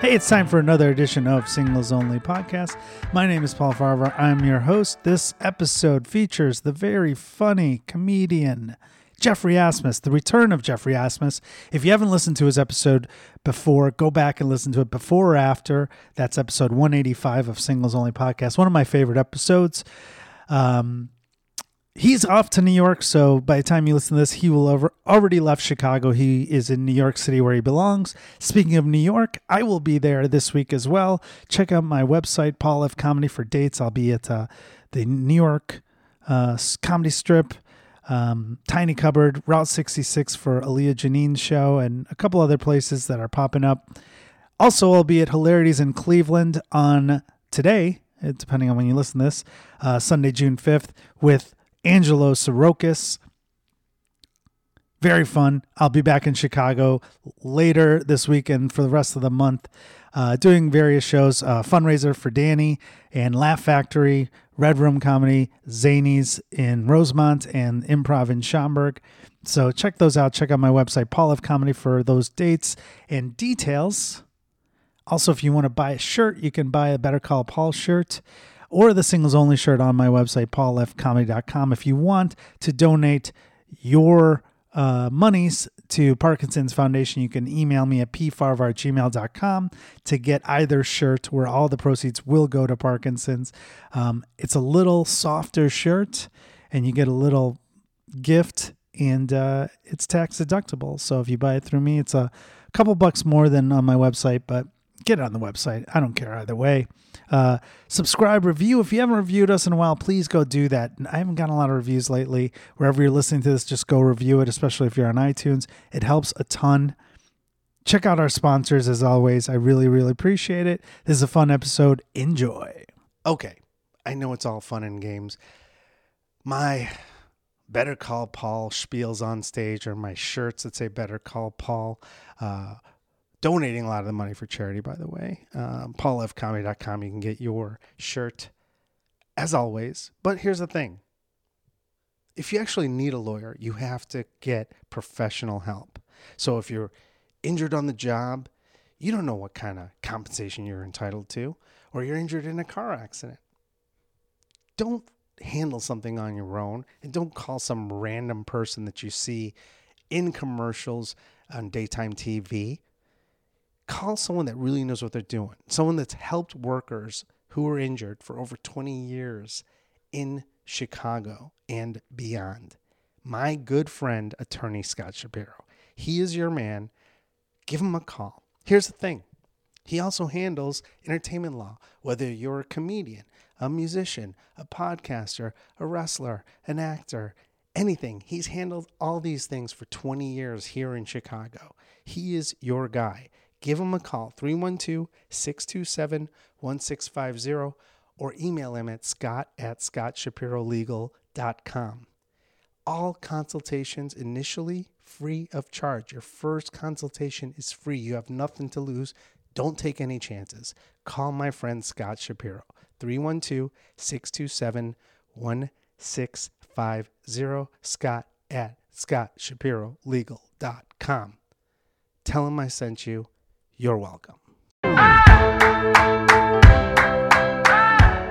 Hey, it's time for another edition of Singles Only Podcast. My name is Paul Farver. I'm your host. This episode features the very funny comedian Jeffrey Asmus, the return of Jeffrey Asmus. If you haven't listened to his episode before, go back and listen to it before or after. That's episode 185 of Singles Only Podcast, one of my favorite episodes. Um, he's off to New York, so by the time you listen to this, he will over, already left Chicago. He is in New York City where he belongs. Speaking of New York, I will be there this week as well. Check out my website, Paul F. Comedy, for dates. I'll be at uh, the New York uh, s- Comedy Strip, um, Tiny Cupboard, Route 66 for Aaliyah Janine's show, and a couple other places that are popping up. Also, I'll be at Hilarities in Cleveland on today, eh, depending on when you listen to this, uh, Sunday, June 5th, with Angelo Sorokis. Very fun. I'll be back in Chicago later this week and for the rest of the month, uh, doing various shows, uh, fundraiser for Danny and Laugh Factory, Red Room Comedy, Zanies in Rosemont, and Improv in Schaumburg. So check those out. Check out my website, Paul of Comedy, for those dates and details. Also, if you want to buy a shirt, you can buy a Better Call Paul shirt or the singles only shirt on my website, paulfcomedy.com. If you want to donate your uh, monies to Parkinson's Foundation, you can email me at pfarvar to get either shirt where all the proceeds will go to Parkinson's. Um, it's a little softer shirt and you get a little gift and uh, it's tax deductible. So if you buy it through me, it's a couple bucks more than on my website, but get it on the website. I don't care either way. Uh, subscribe, review. If you haven't reviewed us in a while, please go do that. I haven't gotten a lot of reviews lately. Wherever you're listening to this, just go review it, especially if you're on iTunes. It helps a ton check out our sponsors as always. I really, really appreciate it. This is a fun episode. Enjoy. okay, I know it's all fun and games. My Better Call Paul spiels on stage or my shirts that say Better Call Paul. Uh, donating a lot of the money for charity, by the way. Um, PaulFComedy.com, you can get your shirt as always. But here's the thing if you actually need a lawyer, you have to get professional help. So if you're injured on the job, you don't know what kind of compensation you're entitled to, or you're injured in a car accident. Don't handle something on your own and don't call some random person that you see in commercials on daytime TV. Call someone that really knows what they're doing, someone that's helped workers who were injured for over 20 years in Chicago and beyond. My good friend, attorney Scott Shapiro. He is your man. Give him a call. Here's the thing he also handles entertainment law, whether you're a comedian, a musician, a podcaster, a wrestler, an actor, anything. He's handled all these things for 20 years here in Chicago. He is your guy. Give him a call, 312 627 1650, or email him at scott at scottshapirolegal.com. All consultations initially free of charge. Your first consultation is free. You have nothing to lose. Don't take any chances. Call my friend Scott Shapiro, 312 627 1650. Scott at scottshapirolegal.com. Tell him I sent you. You're welcome.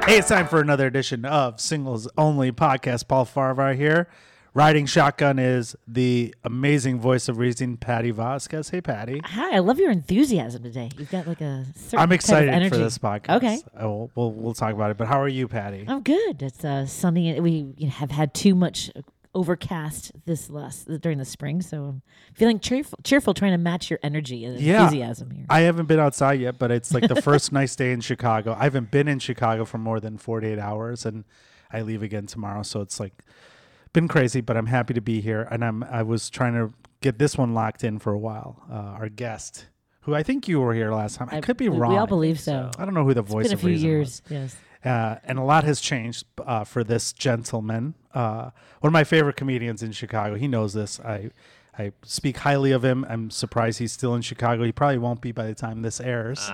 Hey, it's time for another edition of Singles Only Podcast. Paul Farvar here. Riding shotgun is the amazing voice of reason, Patty Vasquez. Hey, Patty. Hi, I love your enthusiasm today. You've got like a certain I'm type of excited for energy. this podcast. Okay, I will, we'll, we'll talk about it. But how are you, Patty? I'm good. It's uh, sunny. and We you know, have had too much uh, overcast this last during the spring, so I'm feeling cheerful. Cheerful, trying to match your energy and Yeah. enthusiasm here. I haven't been outside yet, but it's like the first nice day in Chicago. I haven't been in Chicago for more than 48 hours, and I leave again tomorrow. So it's like been crazy, but I'm happy to be here. And I'm I was trying to get this one locked in for a while. Uh, our guest, who I think you were here last time, I, could be we- we wrong. all I believe think so. I don't know who the voice It's been a of few reason was. years. Yes. Uh, and a lot has changed uh, for this gentleman. Uh, one of my favorite comedians in Chicago. He knows this. I I speak highly of him. I'm surprised he's still in Chicago. He probably won't be by the time this airs.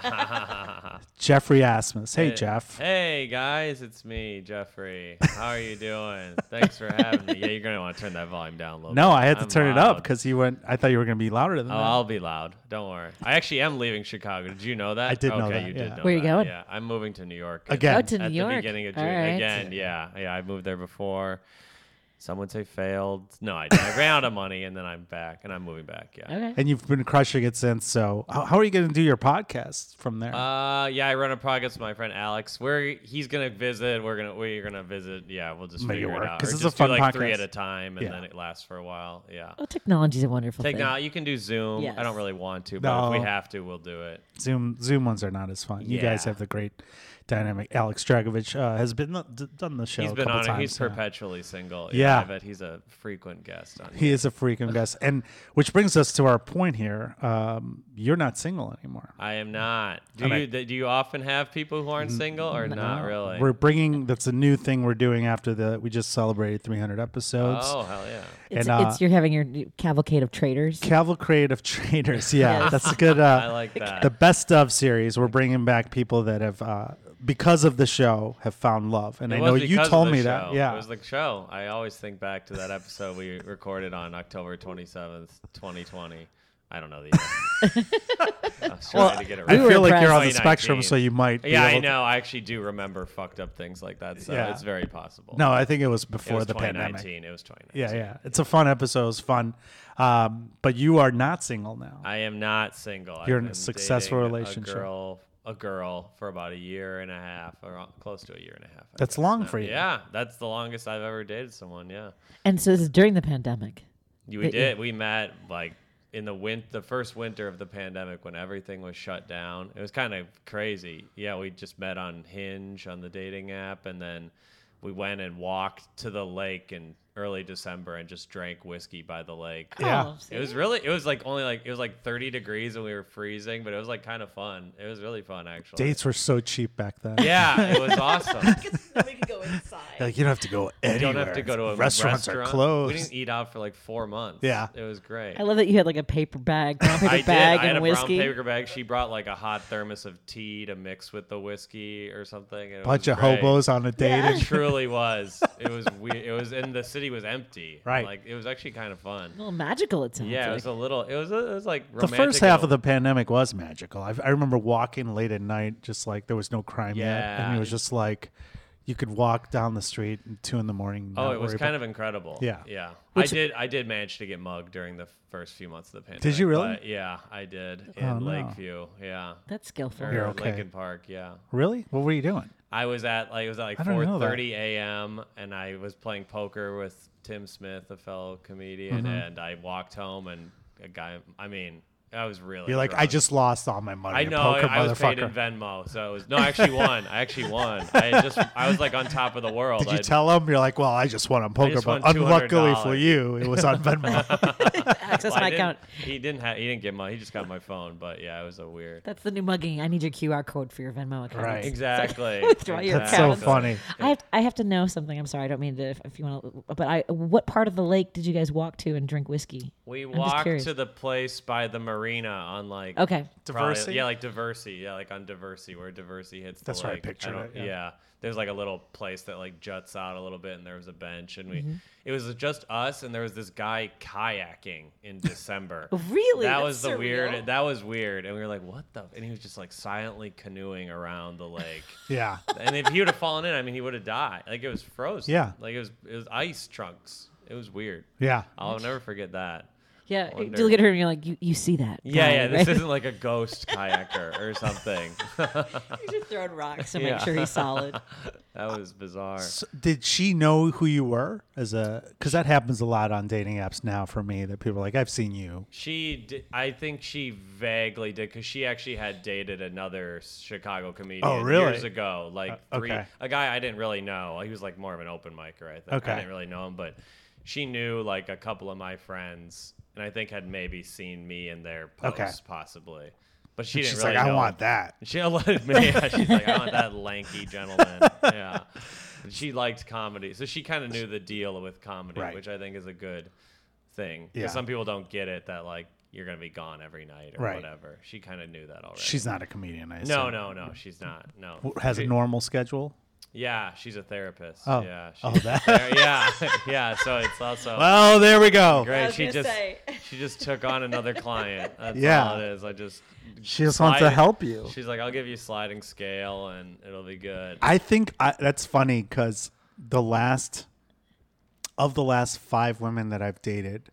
Jeffrey Asmus. Hey, Jeff. Hey guys, it's me, Jeffrey. How are you doing? Thanks for having me. Yeah, you're gonna want to turn that volume down a little. No, bit. I had to I'm turn it up loud. because he went. I thought you were going to be louder than Oh, that. I'll be loud. Don't worry. I actually am leaving Chicago. Did you know that? I did know Okay, that, you yeah. did know Where you that. going? Yeah, I'm moving to New York Again. Oh, to New at York. the beginning of All June right. again. Yeah, yeah. I moved there before. Some would say failed. No, I, didn't. I ran out of money, and then I'm back, and I'm moving back. Yeah. Okay. And you've been crushing it since. So, how, how are you going to do your podcast from there? Uh, yeah, I run a podcast with my friend Alex. Where he's gonna visit, we're gonna we're gonna visit. Yeah, we'll just Make it figure work, out. 'cause Or it's a just fun do like three podcast. at a time, and Yeah. then it lasts for a while. Yeah. Well, technology's a wonderful Take thing. now. You can do Zoom. Oh, Yes. I don't really want to, but if No. we have to, we'll do it. Zoom Zoom ones are not as fun. You guys Yeah. have the great dynamic. Alex Dragovich uh, has been d- done the show. He's a been couple on it. times He's now. perpetually single. Yeah. I bet he's a frequent guest on. He is a freaking guest, and which brings us to our point here. Um, you're not single anymore. I am not. Do And I- you th- do you often have people who aren't single or not really? We're bringing that's a new thing we're doing after the we just celebrated 300 episodes. oh hell yeah! It's, and, uh, it's you're having your cavalcade of traders. Cavalcade of Traders. Yeah, that's a good. Uh, I like that. the best of series. We're bringing back people that have uh, because of the show have found love, and It I was know you because of told the me that. show. Yeah, it was the show. I always think back to that episode we recorded on October twenty seventh, twenty twenty. I don't know the. Year. I was trying to get it I right. We were feel like you're on the impressed. spectrum, so 2019. you might. be yeah, I able to- know. I actually do remember fucked up things like that, so Yeah. it's very possible. No, I think it was it before was the pandemic. 2019. It was 2019. Yeah, yeah. It's a fun episode. It's fun. Um, but you are not single now. I am not single. I've You're in a been successful dating relationship. A girl, a girl for about a year and a half, or uh, close to a year and a half. I That's guess long now. for you. Yeah, that's the longest I've ever dated someone. Yeah, And so this is during the pandemic. You- Yeah, we yeah. did. We met like in the win- the first winter of the pandemic when everything was shut down. It was kind of crazy. Yeah, we just met on Hinge on the dating app, and then we went and walked to the lake in early December and just drank whiskey by the lake. Yeah. Oh, see? It was really. It was like only like it was like 30 degrees and we were freezing, but it was like kind of fun. It was really fun actually. Dates were so cheap back then. Yeah, it was awesome. Like you don't have to go you anywhere. don't have to go to a restaurants restaurant. are We closed. didn't eat out for like four months. Yeah. it was great. I love that you had like a paper bag, brown paper I did. bag, I had and a whiskey. brown paper bag. She brought like a hot thermos of tea to mix with the whiskey or something. and it Bunch was of great. hobos on a date. It truly was. It was weird. It was, and the city was empty. Right. Like it was actually kind of fun. a little magical, it sounds Yeah, it like. was a little. It was. A, it was like The romantic first in half a- of the pandemic was magical. I, I remember walking late at night, just like there was no crime yet, and Yeah. it was just like you could walk down the street at two in the morning. Oh, it was kind of incredible. Yeah. yeah. Which- I did. I did manage to get mugged during the first few months of the pandemic. you really? but yeah, I did in Oh, no. Lakeview. Yeah, That's skillful. or You're okay. Lincoln Park. Yeah. really. What were you doing? I was at like it was at like I don't know that. 4:30 a.m. and I was playing poker with Tim Smith, a fellow comedian, Mm-hmm. and I walked home and a guy. I mean, I was really. You're like, I drunk. just lost all my money. I to know. poker, I, I was paid motherfucker. in Venmo, so it was no. I actually won. I actually won. I had just. I was like on top of the world. Did you I'd- tell him? You're like, well, I just won on poker, just but won unluckily $200. for you, it was on Venmo. Access well, I my didn't- account. He didn't have. He didn't get money. He just got my phone. But yeah, it was a weird. That's the new mugging. I need your QR code for your Venmo account. Right. Exactly. Withdraw your That's so Exactly. funny. I have, I have to know something. I'm sorry. I don't mean to, if, if you want to, but I, what part of the lake did you guys walk to and drink whiskey? We just walked curious. to the place by the marina on like Okay. probably- Diversity? yeah, like Diversity, yeah, like on Diversity where Diversity hits. That's the where I lake. pictured don't- it, yeah. there's like a little place that like juts out a little bit, and there was a bench, and we Mm-hmm. it was just us, and there was this guy kayaking in December. Really? That That's was the surreal. weird. That was weird, and we were like, "What the?" And he was just like silently canoeing around the lake. Yeah. and if he would have fallen in, I mean, he would have died. Like it was frozen. Yeah. Like it was it was ice trunks. It was weird. Yeah. I'll never forget that. Yeah. Wonder. You look at her and you're like, you, you see that. Yeah, yeah. Brian, This right? isn't like a ghost kayaker or something. He's just throwing rocks to Yeah. make sure he's solid. That was bizarre. So did she know who you were as a? Because that happens a lot on dating apps now for me. That people are like, I've seen you. She, d- I think she vaguely did because she actually had dated another s- Chicago comedian Oh, really? years ago, like Uh, three, okay. a guy I didn't really know. He was like more of an open micer, I think. Okay. I didn't really know him, but she knew like a couple of my friends, and I think had maybe seen me in their posts, Okay. possibly. But she didn't She's really like, I know want that. She allowed me. Yeah, she's like, I want that lanky gentleman. Yeah. But She liked comedy. So she kind of knew the deal with comedy, Right. which I think is a good thing. Yeah. Because some people don't get it that like you're gonna be gone every night or Right. whatever. She kind of knew that already. She's not a comedian. I no, assume. no, no. She's not. No. Has a She- normal schedule. Yeah, she's a therapist. Oh. yeah. Oh, she's a that- ther- yeah, yeah. So it's also Well, there we go. great. I was she gonna just say. she just took on another client. That's Yeah. all it is. I just She just wants to slide- help you. She's like, I'll give you sliding scale and it'll be good. I think I, that's funny because the last of the last five women that I've dated,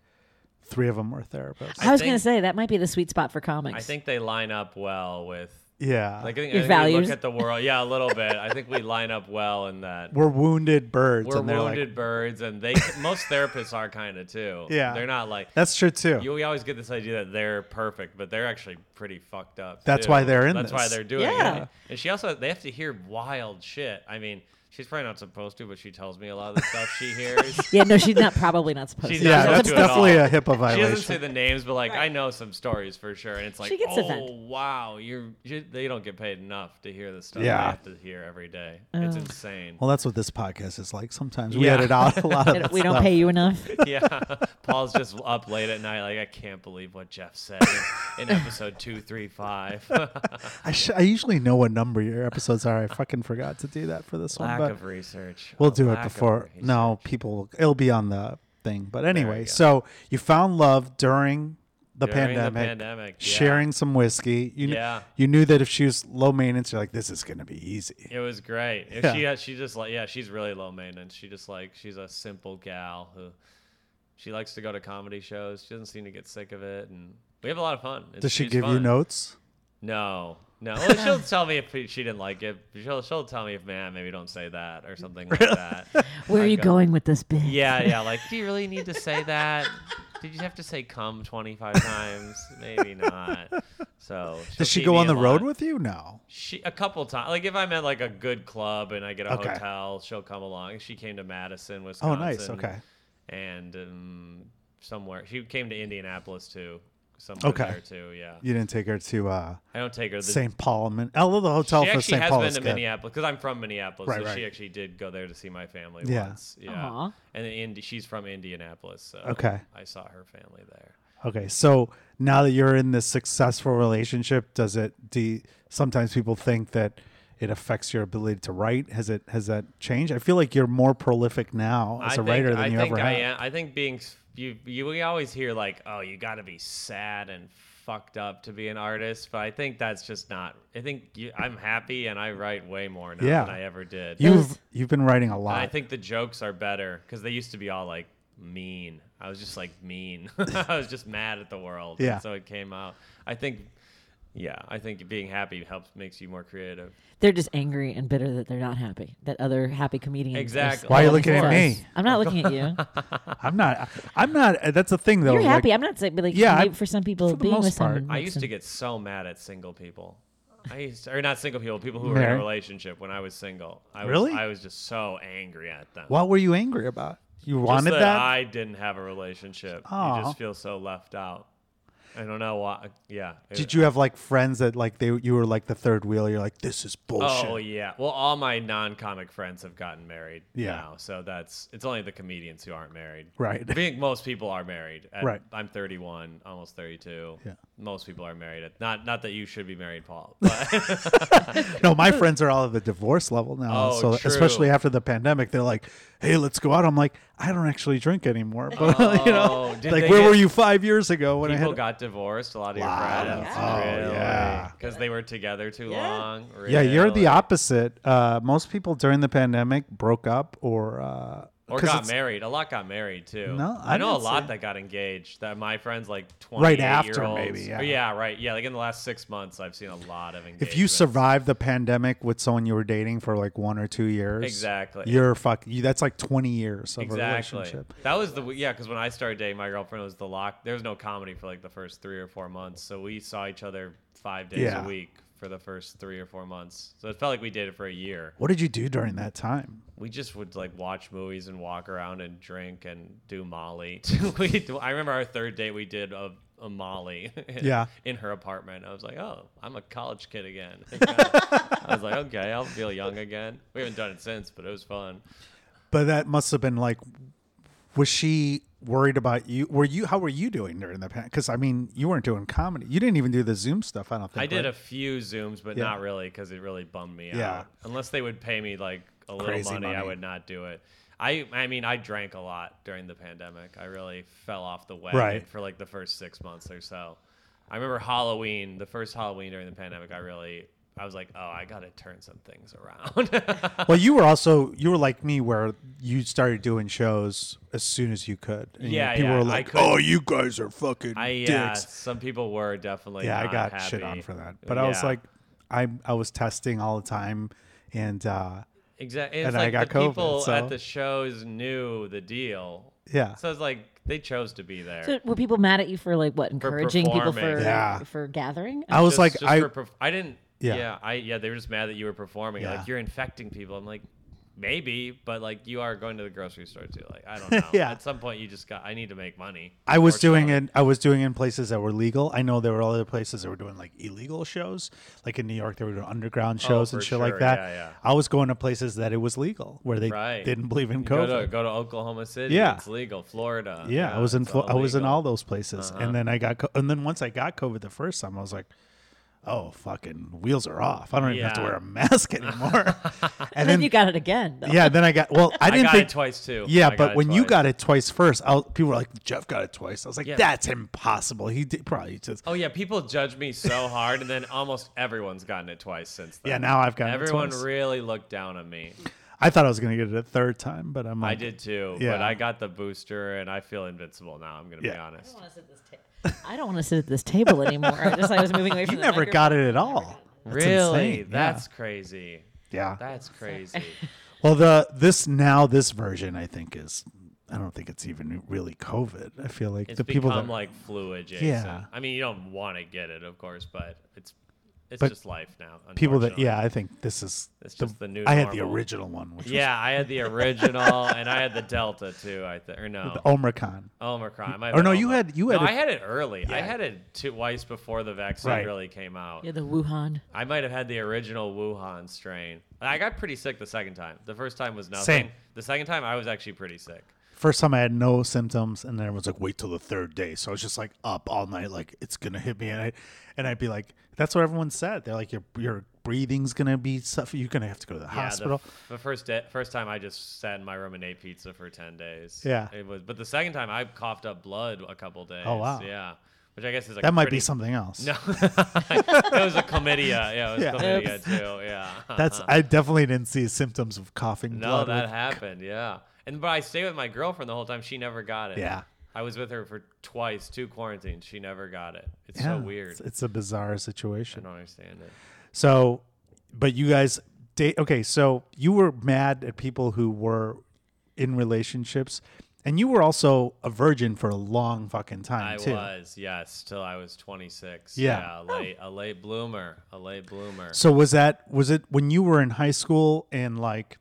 three of them were therapists. I, was going to think- say that might be the sweet spot for comics. I think they line up well with yeah, like uh, I think, Your I think we values. look at the world. Yeah, a little bit. I think we line up well in that. we're wounded birds, We're and they're wounded like, birds, and they most therapists are kind of too. Yeah. they're not like that's true too. You, we always get this idea that they're perfect, but they're actually pretty fucked up. That's too. why they're in That's why this. they're doing Yeah. it. And she also they have to hear wild shit. I mean, she's probably not supposed to, but she tells me a lot of the stuff she hears. yeah, no, she's not probably not supposed She's to. not yeah, that's That's not to at definitely all. a HIPAA She doesn't say violation. the names, but like I Right. know some stories for sure, and it's like, gets oh offended. wow, you're you, they don't get paid enough to hear the stuff Yeah. they have to hear every day. It's insane. Well, that's what this podcast is like. Sometimes we Yeah. edit out a lot of. we don't stuff. pay you enough. yeah, Paul's just up late at night, like I can't believe what Jeff said in, in episode two, three, five. I, sh- I usually know what number your episodes are. I fucking forgot to do that for this Lack one, but of research. we'll A do it lack of before. research. No, people, will- it'll be on the thing. But anyway, go. so you found love during the During the pandemic. pandemic, yeah. sharing some whiskey. You kn- Yeah. you knew that if she was low maintenance, you're like, this is gonna be easy. It was great. If Yeah. She uh, she just like yeah, she's really low maintenance. She just like she's a simple gal who she likes to go to comedy shows. She doesn't seem to get sick of it, and we have a lot of fun. It's- Does she she's give you fun. notes? No, no. Well, she'll tell me if she didn't like it. She'll she'll tell me if man maybe don't say that or something like that. Where are you go- going with this bit? Yeah, yeah. Like, do you really need to say that? Did you have to say "come" twenty-five times? Maybe not. So she'll Does she see go me on a the road lot. with you? No. She a couple times. Like if I'm at like a good club and I get a Okay. hotel, she'll come along. She came to Madison, Oh, Wisconsin. nice. Okay. And um, somewhere she came to Indianapolis too. Somewhere Okay. there too. Yeah. You didn't take her to uh, I don't take her. The, St. Paul. Min- although the hotel she for actually St. has Paul been is to good. Minneapolis because I'm from Minneapolis, Right, so she right. actually did go there to see my family Yeah. once. Yeah. Aw. And then Indi- she's from Indianapolis, so Okay. I saw her family there. Okay, so now that you're in this successful relationship, does it? Do you- sometimes people think that it affects your ability to write? Has it? Has that changed? I feel like you're more prolific now as a I think, writer than I you think ever I have. am. I think being s- you, you, we always hear like, oh, you got to be sad and fucked up to be an artist, but I think that's just not. I think you, I'm happy and I write way more now Yeah. than I ever did. You've you've been writing a And I lot. think the jokes are better because they used to be all like mean. I was just like mean. I was just mad at the world. Yeah. And so it came out. I think, yeah, I think being happy helps makes you more creative. They're just angry and bitter that they're not happy. That other happy comedians. are Exactly. s- Why are you all looking at for us. me? I'm not looking at you. I'm not. I'm not. That's the thing, though. You're Oh, like- happy. I'm not saying, but like, Yeah, maybe I- for some people, for the being most with someone. part, I makes used to them- get so mad at single people. I used to, or not single people, people who were in a Married. relationship when I was single. I was, Really? I was just so angry at them. What were you angry about? You wanted just that? that, I didn't have a relationship. Aw. You just feel so left out. I don't know why. Yeah. Did you have like friends that like they you were like the third wheel? You're like, this is bullshit. Oh yeah. Well, all my non-comic friends have gotten married Yeah. now, so that's it's only the comedians who aren't married. Right. I think most people are married. At, Right. I'm 31, almost 32. Yeah. Most people are married. At, not not that you should be married, Paul. But No, my friends are all at the divorce level now. Oh, so true. especially after the pandemic, they're like, hey, let's go out. I'm like, I don't actually drink anymore. But you know, Oh, did like they where get- were you five years ago when I people had? got divorced. A lot of your Wow. friends, Yeah. Oh, yeah. because they were together too long. yeah, you're really. the opposite. Uh, most people during the pandemic broke up or uh, Or 'cause got it's- married. A lot got married too. No, I I, know a didn't see lot it. that got engaged. That my friends like twenty Right after, year olds. maybe, yeah. yeah, right. Yeah, like in the last six months, I've seen a lot of engagement. If you survive the pandemic with someone you were dating for like one or two years, Exactly. you're fuck. You, that's like twenty years of a exactly, relationship. that was the yeah. Because when I started dating my girlfriend, it was the lock. There was no comedy for like the first three or four months, so we saw each other five days Yeah. a week for the first three or four months. So it felt like we dated for a year. What did you do during that time? we just would like watch movies and walk around and drink and do Molly. we, I remember our third date we did a, a Molly. in- Yeah. In her apartment, I was like, "Oh, I'm a college kid again." I was like, "Okay, I'll feel young again." We haven't done it since, but it was fun. But that must have been like, was she worried about you? Were you how were you doing during the pandemic? Because I mean, you weren't doing comedy. You didn't even do the Zoom stuff. I don't think I did right? a few zooms, but not really because it really bummed me Yeah. out. Unless they would pay me like a little Crazy money, I money. would not do it. I I mean I drank a lot during the pandemic. I really fell off the wagon Right. for like the first six months or so. I remember Halloween, the first Halloween during the pandemic. I really I was like, oh, I gotta turn some things around. well, you were also you were like me, where you started doing shows as soon as you could. And Yeah, people yeah, were I like, couldn't- "Oh, you guys are fucking I yeah, dicks." some people were definitely. Yeah, I not got happy. shit on for that, but I was Yeah. like, I I was testing all the time, and uh, Exactly. It's And I like got the COVID, people so- at the shows knew the deal. Yeah. So it's like they chose to be there. So were people mad at you for like what encouraging people for performing. Yeah. for gathering? I was Just- like, just I for perf- I didn't. Yeah. Yeah. I yeah. They were just mad that you were performing. Yeah. Like you're infecting people. I'm like, maybe, but like you are going to the grocery store too. Like I don't know. Yeah. At some point, you just got. I need to make money. I was Or doing something. it. I was doing it in places that were legal. I know there were other places that were doing like illegal shows, like in New York, they were doing underground shows and Oh, for shit like sure. that. Yeah, yeah. I was going to places that it was legal, where they Right. didn't believe in Go COVID. to go to Oklahoma City. Yeah. It's legal. Florida. yeah, I was in. it's Flo- all I was in legal. Uh-huh. all those places, and then I got. Co- and then once I got COVID the first time, I was like, "Oh, fucking wheels are off. I don't even have to Yeah. wear a mask anymore." and and then, then you got it again. Though. yeah, then I got. Well, I I didn't got think it twice too. Yeah, I but it when you twice. got it twice first, I was, people were like, "Jeff got it twice." I was like, Yeah. "That's impossible." He did, probably just. Oh yeah, people judge me so hard, and then almost everyone's gotten it twice since then. Yeah, now I've gotten it everyone twice. really looked down on me. I thought I was gonna get it a third time, but I'm. Like, I did too, but Yeah. I got the booster, and I feel invincible now. I'm gonna be Yeah. honest. I don't want to sit at this table anymore. I just I was moving away from You the never microphone. got it at all. That's really? insane. That's crazy. yeah. yeah. That's crazy. Well, the this now this version I think is. I don't think it's even really COVID. I feel like It's the people become that like flu adjacent. Yeah. I mean, you don't want to get it, of course, but it's it's But just life now. people that unfortunately. yeah, I think this is. It's just the new I had the normal. original one, which Yeah, I had the original, and I had the Delta too. I think or no, was the Omicron. Omicron. I might Or have no, been you Omi- had- you No, had I it- had it early. I Yeah. had it twice before the vaccine Right. really came out. Yeah, the Wuhan. I might have had the original Wuhan strain. I got pretty sick the second time. The first time was nothing. Same. The second time I was actually pretty sick. First time I had no symptoms, and then everyone's like, "Wait till the third day." So I was just like up all night, like it's gonna hit me, and I, and I'd be like, "That's what everyone said." They're like, "Your your breathing's gonna be stuff. You're gonna have to go to the hospital." Yeah, the, the first day, first time I just sat in my room and ate pizza for ten days. Yeah. It was, but the second time I coughed up blood a couple days. Oh, wow. Yeah, which I guess is like that a might be pretty- something else. No, it was a chlamydia. Yeah, it was Yeah. chlamydia too. Yeah. That's I definitely didn't see symptoms of coughing Uh-huh. No, blood. that with- happened. Yeah, and but I stayed with my girlfriend the whole time. She never got it. Yeah. I was with her for twice, two quarantines. She never got it. It's Yeah, so weird. It's, it's a bizarre I situation. don't understand it. So, but you guys date okay, so you were mad at people who were in relationships and you were also a virgin for a long fucking time I too. was, yes, till I was 26. Yeah. a late, a late bloomer, a late bloomer. So was that was it when you were in high school and like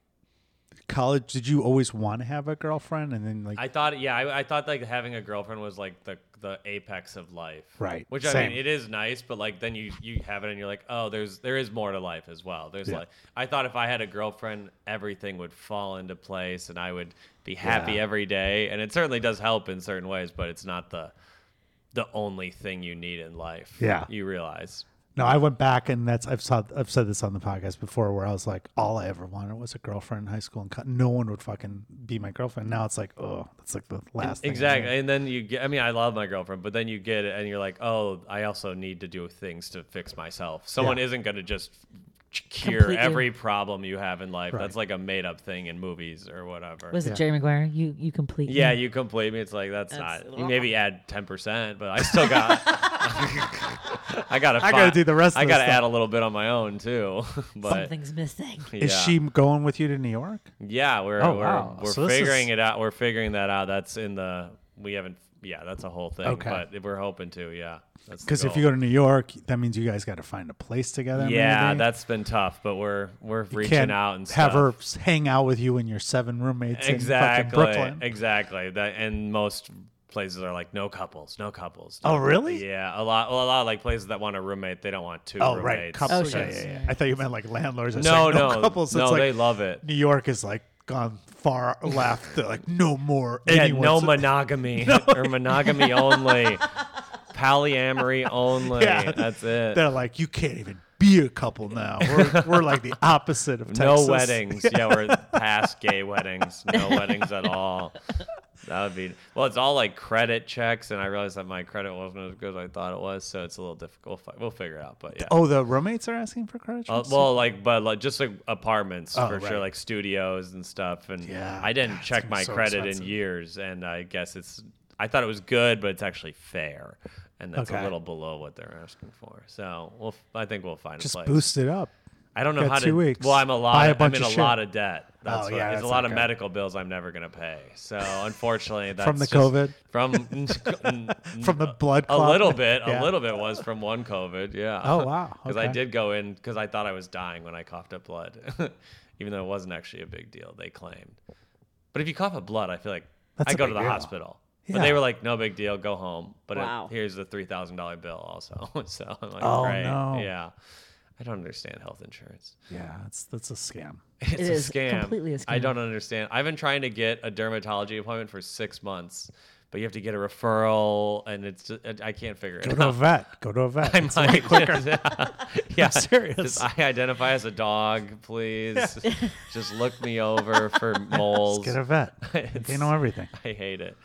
college did you always want to have a girlfriend and then like I thought, yeah, I, I thought like having a girlfriend was like the the apex of life, Right, Which I same. mean, it is nice, but like then you you have it and you're like, oh, there's there is more to life as well. There's Yeah. like I thought if I had a girlfriend, everything would fall into place and I would be happy Yeah. every day. And it certainly does help in certain ways, but it's not the the only thing you need in life. Yeah. you realize. No, I went back and that's I've saw I've said this on the podcast before where I was like, all I ever wanted was a girlfriend in high school and co- no one would fucking be my girlfriend. Now it's like, oh, that's like the last thing I Exactly. want. And then you get, I mean, I love my girlfriend, but then you get it and you're like, oh, I also need to do things to fix myself. Someone Yeah. isn't going to just cure Complete you. every problem you have in life. That's like a made up thing in movies or whatever. Was Yeah. it Jerry Maguire? You you complete. yeah, you complete me. It's like, that's, That's- not, you maybe add 10%, but I still got, I got to, I gotta do the rest of I the got to stuff. add a little bit on my own too. but something's missing. yeah. Is she going with you to New York? Yeah, we're Oh, we're, wow. we're So this figuring is- it out. We're figuring that out. That's in the we haven't. Yeah, that's a whole thing. Okay. but we're hoping to. Yeah, that's the Because if goal. you go to New York, that means you guys got to find a place together. yeah, maybe. that's been tough. But we're we're You reaching can't out and have stuff. her s- hang out with you and your seven roommates exactly in fucking Brooklyn. exactly that. And most places are like no couples, no couples. no Oh, couples." really? Yeah, a lot. Well, a lot of like places that want a roommate, they don't want two. Oh, roommates. right, couples. Oh, yeah, sure. yeah, yeah. I thought you meant like landlords. I was No, like, no, couples. no, it's like they love it. New York is like gone far left. They're like, no more. Yeah, anyone." no So- monogamy or monogamy only. Polyamory only. Yeah. That's it. They're like, you can't even be a couple now. We're, we're like the opposite of no Texas. weddings. Yeah, we're past gay weddings. No weddings at all. That would be well. It's all like credit checks, and I realized that my credit wasn't as good as I thought it was, so it's a little difficult. We'll, fi- we'll figure it out, but yeah. Oh, the roommates are asking for credit Uh, checks? well, like, but like, just like apartments Oh, for sure, right. like studios and stuff. And Yeah. I didn't God, it's check gonna be my so credit expensive. in years, and I guess it's. I thought it was good, but it's actually fair, and that's Okay. a little below what they're asking for. So we'll, f- I think we'll find Just a place. boost it up. I don't know Got how two to. weeks. Well, I'm a lot. Buy a i bunch I'm in of a shit. lot of debt. That's Oh, what, yeah, There's that's a lot of okay. medical bills I'm never gonna pay. So unfortunately, that's From the just- COVID? From From the blood uh, a clot? little bit. Yeah. A little bit was from one COVID. Yeah. Oh, wow. Because I Okay. did go in because I thought I was dying when I coughed up blood, even though it wasn't actually a big deal. They claimed. But if you cough up blood, I feel like That's I a go to big the deal. hospital. But they Yeah. were like, no big deal, go home. But it- Wow. here's the three thousand dollar bill also. so I'm like, Oh, great. no. Yeah. I don't understand health insurance. Yeah, that's that's a scam. It's It a is scam. completely a I scam. don't understand. I've been trying to get a dermatology appointment for six months, but you have to get a referral, and it's just, I can't figure Go it to a out. vet. Go to a vet. I'm It's like, quicker. yeah, serious. Just, I identify as a dog, please. Just look me over for moles. Get a vet. It's- They know everything. I hate it.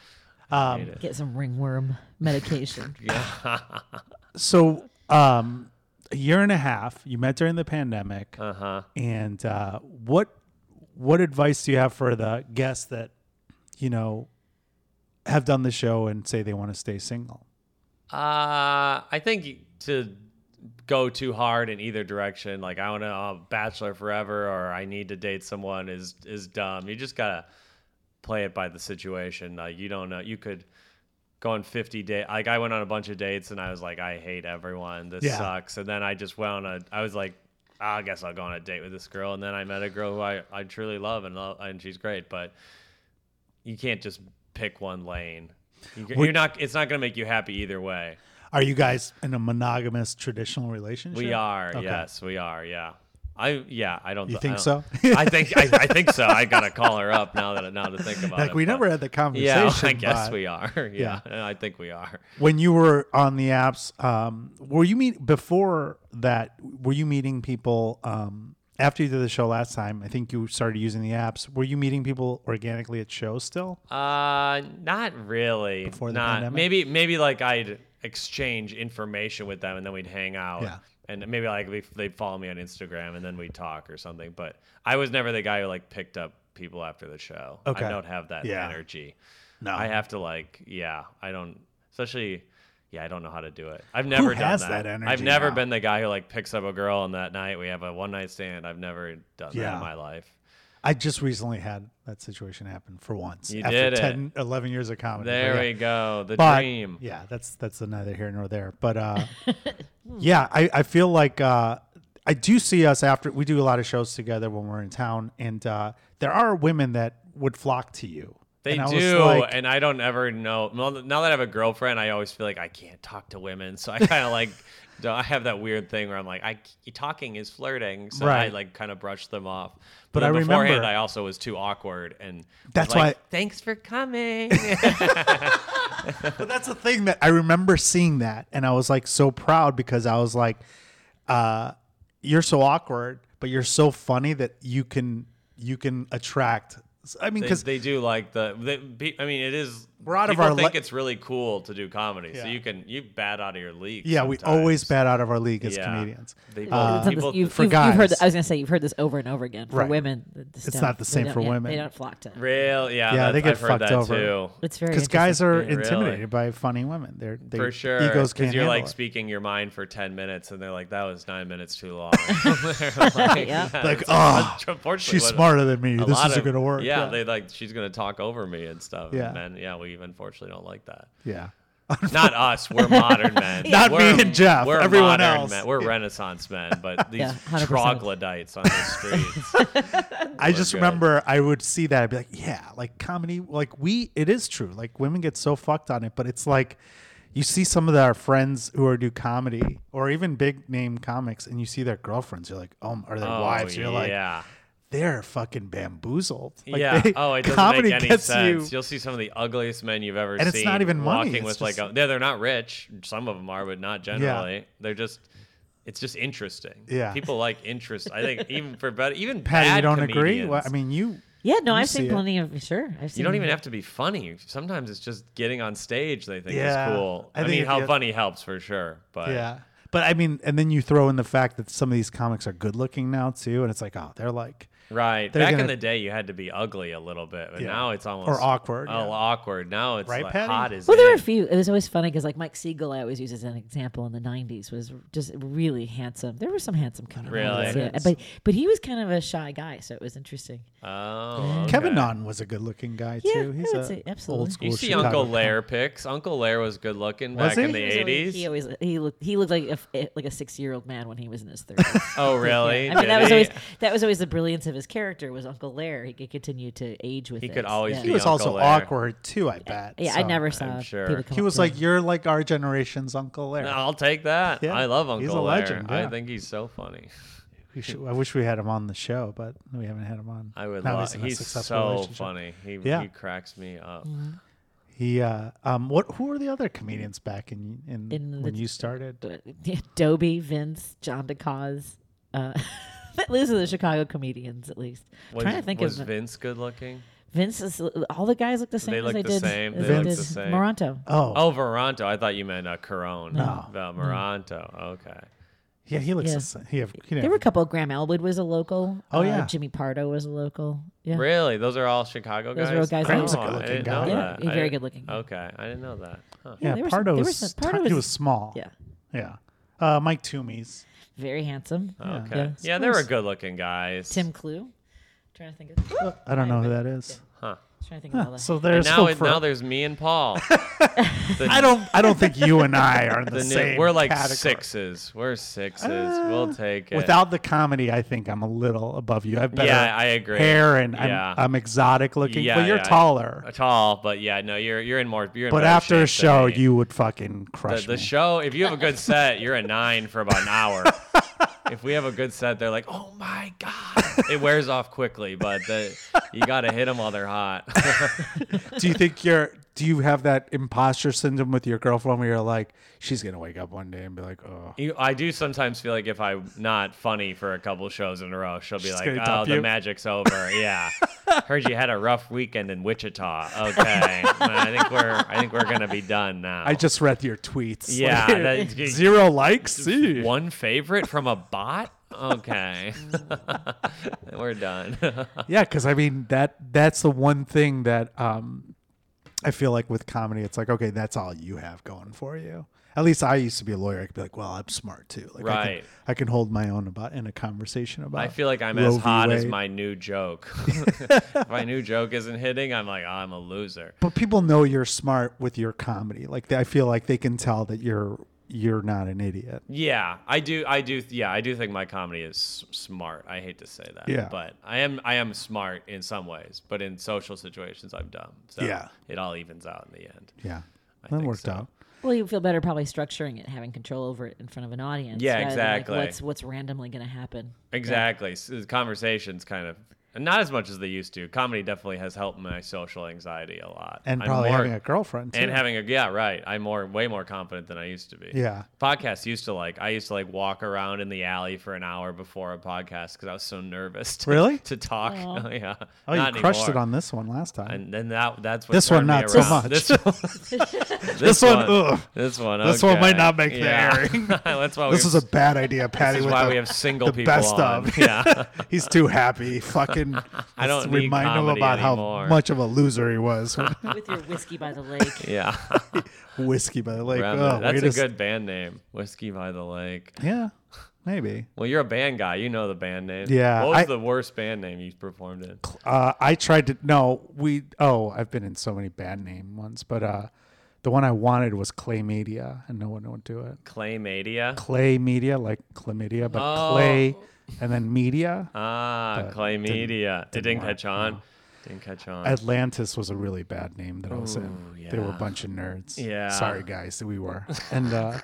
I hate Um, it. Get some ringworm medication. so, um, a year and a half, you met during the pandemic, Uh huh. and uh, what what advice do you have for the guests that you know have done the show and say they want to stay single? Uh, I think to go too hard in either direction, like I want to uh, bachelor forever or I need to date someone, is is dumb. You just gotta play it by the situation. Like you don't know, you could go on fifty dates. Like I went on a bunch of dates and I was like, I hate everyone. This Yeah. sucks. And then I just went on a. I was like, "Ah, I guess I'll go on a date with this girl. And then I met a girl who I I truly love and love, and she's great, but you can't just pick one lane. You, Would- you're not. It's not gonna make you happy either way. Are you guys in a monogamous traditional relationship? We are. Okay. Yes, we are. Yeah. I yeah. I don't. You th- I think don't- so? I think I, I think so. I gotta call her up now that now to think about it. Like we but- never had the conversation. Yeah, I guess but- we are. Yeah, I think we are. when you were on the apps um, were you meet before that were you meeting people um, after you did the show last time i think you started using the apps were you meeting people organically at shows still Uh, not really. Before the not pandemic? maybe maybe like I'd exchange information with them and then we'd hang out. Yeah. And maybe like we- they'd follow me on Instagram and then we'd talk or something. But I was never the guy who like picked up people after the show. Okay. I don't have that Yeah. energy. no I have to like, yeah, I don't, especially, yeah, I don't know how to do it. I've never done has that. that energy I've never now? been the guy who like picks up a girl on that night. We have a one night stand. I've never done that Yeah. in my life. i just recently had that situation happen for once You after did it. 10 11 years of comedy There But yeah. we go. The but dream. yeah that's that's neither here nor there but uh yeah i i feel like uh i do see us after we do a lot of shows together when we're in town and uh there are women that would flock to you They And I was do, like- and I don't ever know. Now that now that I have a girlfriend, I always feel like I can't talk to women, so I kind of like. don't- I have that weird thing where I'm like, I talking is flirting, so I Right. like kind of brush them off. But But, then I beforehand, remember- I also was too awkward, and was That's like, why- Thanks for coming. But that's the thing that I remember seeing that, and I was like so proud because I was like, uh, "You're so awkward, but you're so funny that you can you can attract." I mean, because because they, do like the. They, pe- I mean, it is. We're out of people our think li- it's really cool to do comedy, so Yeah. you can you bat out of your league. yeah, we sometimes. always bat uh, out of our league as Yeah. comedians. They- It's not this- people- you've, for you've- you've guys. heard th- I was gonna say you've heard this over and over again for Right. women. th- this It's don't- not the they same don't- for yeah, women. They don't flock to. it. real. Yeah, Yeah, they that's- get I've heard fucked that over. too. It's very Because guys interesting. are Yeah, really. intimidated by funny women. They're they, for sure egos 'cause can't you're handle like it. speaking your mind for 10 minutes and they're like that was nine minutes too long They're like, Yeah. Like, it's- "Ah, unfortunately, She's what- smarter than me. a This lot isn't of- going to work. yeah, yeah. they like she's gonna talk over me and stuff Yeah. and men yeah we unfortunately don't like that Yeah. not us we're modern men Not me We're- and Jeff, we're everyone modern else. men. we're renaissance men but these Yeah, 100%. troglodytes on the streets I just good. remember I would see that. I'd be like, yeah, like comedy, like we, it is true. Like women get so fucked on it, but it's like you see some of our friends who are do comedy or even big name comics and you see their girlfriends. You're like, oh, or their oh, wives. You're like, yeah they're fucking bamboozled. Like, yeah. they- oh, it doesn't comedy make any gets sense. You, will see some of the ugliest men you've ever And seen. it's not even money, Walking it's with like, just- a, yeah, they're not rich. Some of them are, but not generally. They're just. It's just interesting. Yeah. People like interest. I think even for better, even Patty, bad you don't comedians, agree? Well, I mean, you. Yeah, no, You I've seen see it. plenty of sure. I've seen you don't even have to be funny. Sometimes it's just getting on stage. They think Yeah. is cool. I I, think mean, if how you- funny helps for sure. But Yeah. But I mean, and then you throw in the fact that some of these comics are good looking now too, and it's like, oh, they're like, Right. They're Back gonna- in the day, you had to be ugly a little bit, but Yeah. now it's almost Or awkward, Oh, yeah. awkward. Now it's Right, like Patty? hot as Well, there were a in. few. It was always funny because like Mike Siegel, I always use as an example in the '90s, was just really handsome. There were some handsome comedians, Really? yeah, but but he was kind of a shy guy, so it was interesting. Oh, Mm, Kevin okay. Naughton was a good looking guy Yeah, too. I He's would a say absolutely. old school. You see Chicago Uncle comic. Lair pics. Uncle Lair was good looking Was back in he? the He was always- he eighties. always he looked he looked like a f- eh, like a six year old man when he was in his thirties. Oh, really? I mean, Did that was he? always that was always the brilliance of his character was Uncle Lair. He could continue to age with. He it. could always Yeah, He be- was Uncle also Lair. awkward too. I bet. yeah I so. never saw sure. people come He up was to him. like, you're like our generation's Uncle Lair. I'll take that. Yeah, I love Uncle he's a Lair. legend, yeah. I think he's so funny. We should, I wish we had him on the show, but we haven't had him on. I would Now love. in a He's successful so relationship. funny. He Yeah. he cracks me up. Mm. He, uh, um, what? Who were the other comedians back in in, In when the- you started? D- Dobie, Vince, John DeCause. Uh, those are the Chicago comedians, at least. I'm Was, trying to think was of Vince good looking? Vince. Is, all the guys look the same. They as look they the did, same. as They look did the same. Moronto. Oh, Oh, Veronto. I thought you meant uh, Corone. No. Val Moronto. Okay. yeah, he looks. yeah. the same. He, have, he There were a couple. Graham Elwood was a local. Oh, Uh, yeah. Jimmy Pardo was a local. Yeah. Really? Those are all Chicago Those guys? are all guys Oh, I know. He's a good-looking I didn't guy. know Yeah, that. he's Uh, I very didn't- good-looking. Okay. I didn't know that. Huh. yeah, there were some- Pardo there were was, some- Pardo ti- was- he was small. Yeah. yeah. Uh, Mike Toomey's. Very handsome. Okay. Yeah. Yeah, they were good looking guys. Tim Clue. Trying to think of. I don't know who that is. Huh. Trying to think of all that. So And there's now, hope it, for. now there's me and Paul. The- I don't. I don't think you and I are in the, the new- same. we're like category. Uh, sixes. We're sixes. we'll take it. Without the comedy, I think I'm a little above you. I have better Yeah, I agree. hair and I'm, Yeah. I'm exotic looking, Yeah, but you're yeah. taller. Uh, tall, but yeah, no, you're you're in more. You're in but better after a shape than show, me. you would fucking the, crush the me. show. If you have a good set, you're a nine for about an hour. if we have a good set, they're like, oh my god, it wears off quickly. But the, you got to hit them while they're hot. do you think you're? Do you have that imposter syndrome with your girlfriend where you're like, she's gonna wake up one day and be like, oh, You, I do sometimes feel like if I'm not funny for a couple shows in a row, she'll be She's like, gonna "Oh, top the you." magic's over." Yeah, heard you had a rough weekend in Wichita. Okay, Well, I think we're I think we're gonna be done now. I just read your tweets. yeah, Like, that- zero likes. See. one favorite from a bot. Okay, we're done. Yeah, because I mean that that's the one thing that um, I feel like with comedy, it's like okay, that's all you have going for you. At least I used to be a lawyer. I could be like, well, I'm smart too. Like, I Right. can, I can hold my own about in a conversation about. I feel like I'm Roe as v. hot as Wade. my new joke. if my new joke isn't hitting, I'm like, "Oh, I'm a loser. But people know you're smart with your comedy. Like, I feel like they can tell that you're you're not an idiot. Yeah, I do. I do. Yeah, I do think my comedy is s- smart. I hate to say that. Yeah. But I am. I am smart in some ways, but in social situations, I'm dumb. So Yeah. It all evens out in the end. Yeah, I that think worked so. out. Well, you feel better probably structuring it, having control over it in front of an audience. Yeah, rather than, exactly. Like, what's what's randomly going to happen? Exactly. So the conversations kind of not as much as they used to. Comedy definitely has helped my social anxiety a lot. And I'm probably more- having a girlfriend. Too. and having a yeah right i'm more way more confident than i used to be Yeah. podcasts used to like i used to like walk around in the alley for an hour before a podcast because i was so nervous to, Really? to talk Aw. yeah oh, Not you crushed anymore. it on this one last time. and then that that's what This one, turned me not so much. around. this, one- this one, one ugh. this one This one might okay. not make the yeah. airing. that's why this we is a bad idea, Patty. this is with why the- we have single the people best on. of. yeah He's too happy. Fucking. I don't let's need remind him comedy about how anymore. much of a loser he was. Yeah. With your whiskey by the lake. yeah Whiskey by the lake. Remnant. Oh, way that's to a s- good band name whiskey by the lake Yeah, maybe. Well, you're a band guy. You know the band name. Yeah, What was I- the worst band name you performed in? Uh, I tried to. No, we. Oh, I've been in so many bad name ones, but uh, the one I wanted was Clay Media, and no one would do it. Claymadia. Clay Media, like chlamydia, but Oh. Clay, and then Media. Ah, Claymedia. it didn't work, catch on. Didn't catch on. Atlantis was a really bad name that I was in. They were a yeah. bunch of nerds. Yeah. Sorry, guys, that we were. And uh,